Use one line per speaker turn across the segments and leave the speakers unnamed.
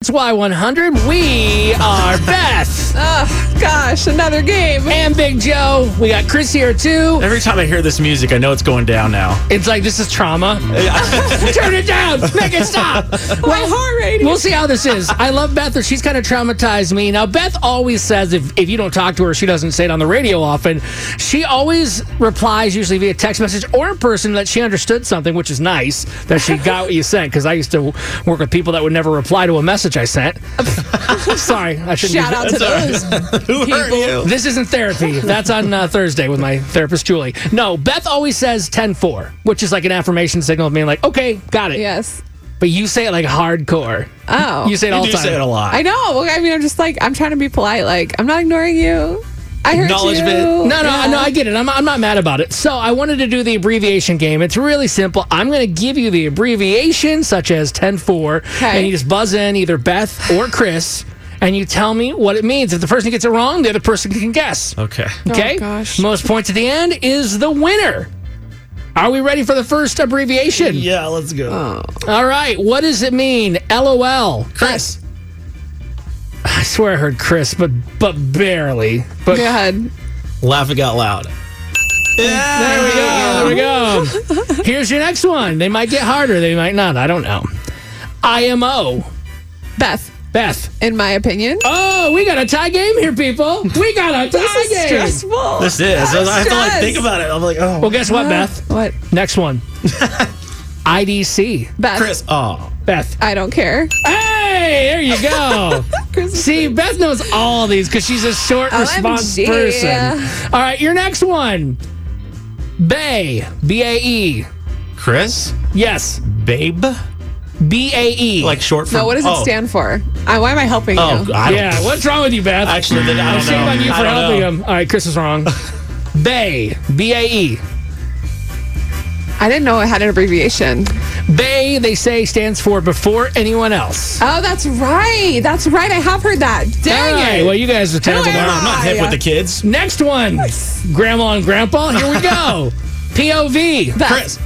It's Y100. We are best.
Oh, gosh, another game.
and Big Joe. We got Chris here too.
Every time I hear this music, I know it's going down now.
It's like this is trauma. Turn it down. Make it stop.
My heart rate.
We'll see how this is. I love Beth, or she's kind of traumatized me. Now, Beth always says if, if you don't talk to her, she doesn't say it on the radio often. She always replies, usually via text message or in person, that she understood something, which is nice that she got what you sent. Because I used to work with people that would never reply to a message I sent. Sorry, I shouldn't. do
Shout out to those.
Who hurt you?
This isn't therapy. That's on uh, Thursday with my therapist, Julie. No, Beth always says 10 4, which is like an affirmation signal of being like, okay, got it.
Yes.
But you say it like hardcore.
Oh.
You say it all
You
the
do
time.
say it a lot.
I know. Well, I mean, I'm just like, I'm trying to be polite. Like, I'm not ignoring you. I heard you.
Acknowledgement.
No, no,
Yeah.
no, I get it. I'm, I'm not mad about it. So I wanted to do the abbreviation game. It's really simple. I'm going to give you the abbreviation, such as 10 4,
Okay.
and you just buzz in either Beth or Chris, and you tell me what it means. If the person gets it wrong, the other person can guess.
Okay.
Okay.
Oh, gosh.
Most points at the end is the winner. Are we ready for the first abbreviation?
Yeah, let's go.
Oh.
All right. What does it mean? LOL.
Chris.
I swear I heard Chris, but but barely. But
Go ahead.
Laughing out loud.
there we go. There we go. Here's your next one. They might get harder. They might not. I don't know. IMO.
Beth,
Beth.
in my opinion,
Oh, we got a tie game here, people. We got a tie
this is
game.
stressful.
This is. I
I'm
have to like
stressed.
think about it. I'm like, oh.
Well, guess what,
Uh-huh.
Beth?
What?
Next one. IDC.
Beth.
Chris. Oh.
Beth.
I don't care.
Hey, there you go.
Chris.
See, Beth knows all these because she's a short
Oh,
response
OMG.
person. All right, your next one. Bay. B A E.
Chris.
Yes.
Babe.
B A E.
Like short for.
No, what does it
oh.
stand for? I, why am I helping
Oh,
you?
I don't.
yeah, what's wrong with you, Beth?
Actually, then I
I'm
don't know.
shame on you
I
for
don't
helping
know.
him. All right, Chris is wrong. Bay. B A E.
I didn't know it had an abbreviation.
Bay, they say, stands for before anyone else.
Oh, that's right. That's right. I have heard that. Dang
All right,
it.
well, you guys are terrible.
Who am
Well, I'm not hip
Yeah.
with the kids.
Next one. Grandma and Grandpa, here we go. POV.
Beth,
Chris.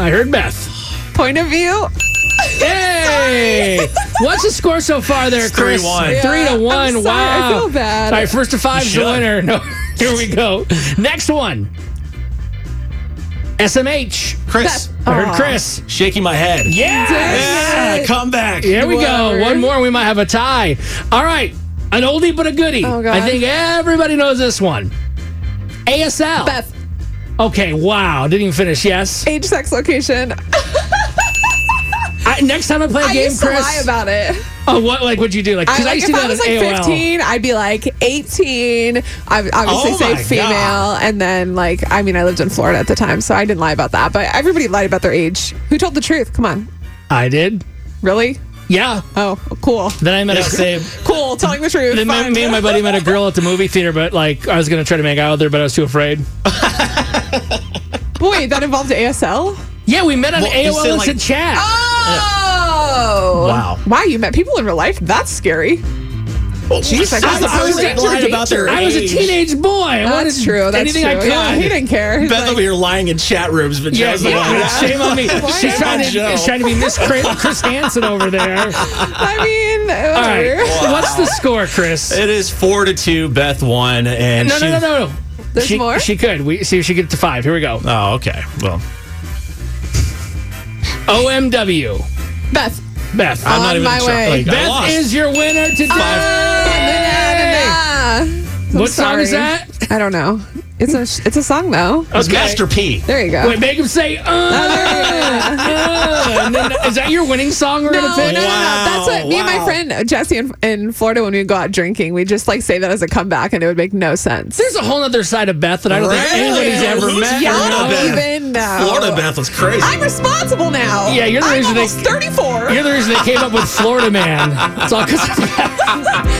I heard Beth.
point of view.
Hey! What's the score so far there,
It's
Chris?
3-1.
Three
Yeah,
to one.
I'm sorry,
wow.
I feel bad.
All right, first to five is the
Shut up.
winner. No, here we go. Next one. SMH.
Chris.
I heard
Aw.
Chris.
Shaking my head.
Yeah.
Yeah.
Yes.
Come back.
Here we
Whatever.
go. One more, we might have a tie. All right, an oldie but a goodie.
Oh, God.
I think everybody knows this one. ASL.
Beth,
Okay. Wow. Didn't even finish. Yes.
age, sex, location.
I, next time I play a
I
game,
used to
Chris.
lie about it.
oh, what? Like, what'd you do? Like,
I,
'cause
like,
I used
if
to
I
do
was
that
like
in AOL.
15, I'd be like 18. I would obviously
Oh
say
my
female,
God.
and then like I mean, I lived in Florida at the time, so I didn't lie about that. But everybody lied about their age. Who told the truth? Come on,
I did.
really?
Yeah.
Oh, cool,
Then I met a
Say,
cool. Telling the truth.
Then me,
Fine.
me and my buddy met a girl at the movie theater, but like I was gonna try to make out with her, but I was too afraid.
Wait, that involved ASL.
Yeah, we met on
Well, you
AOL
said,
Instant
like-
Chat.
Oh.
Wow.
Wow, you met people in real life? That's scary.
She's
I was the first that
lied
about their
I was a
age.
teenage boy. I
That's
wanted
true. That's
anything
true.
I could.
Yeah, he didn't care. He's
Beth
like-
over here lying in chat rooms, but
Yeah,
Joe's the one.
yeah, shame on me.
Why
She's
not?
trying to,
Joe.
she's trying to be Miss Chris, Chris Hansen over there. All
I mean,
right,
whatever.
what's the score, Chris?
It is four to two. Beth won, and
No,
she,
no, no, no, no.
There's
she,
more?
She could. We see if she could get to five. Here we go.
Oh, okay. Well,
OMW.
Beth.
Beth.
I'm not
On
even
my
try-
way.
Like, I
Beth
lost.
is your winner today.
Ah, I'm
What song is
sorry.
that?
I don't know. It's a it's a song though.
It was Master P.
There you go.
Wait, make him say, uh, uh, and then- is that your winning song we're
no, no,
gonna
no, no,
pick?
no. That's what me and my
Wow.
friend Jesse in, in Florida when we would go out drinking, we just like say that as a comeback, and it would make no sense.
There's a whole other side of Beth that I don't think
Really?
anybody's ever
Who's
met.
Y'all
Florida
don't
Beth?
even know.
Florida Beth was crazy.
I'm responsible now.
Yeah, you're the
I'm
reason they-
almost 34.
You're the reason they came up with Florida Man. It's all because of Beth.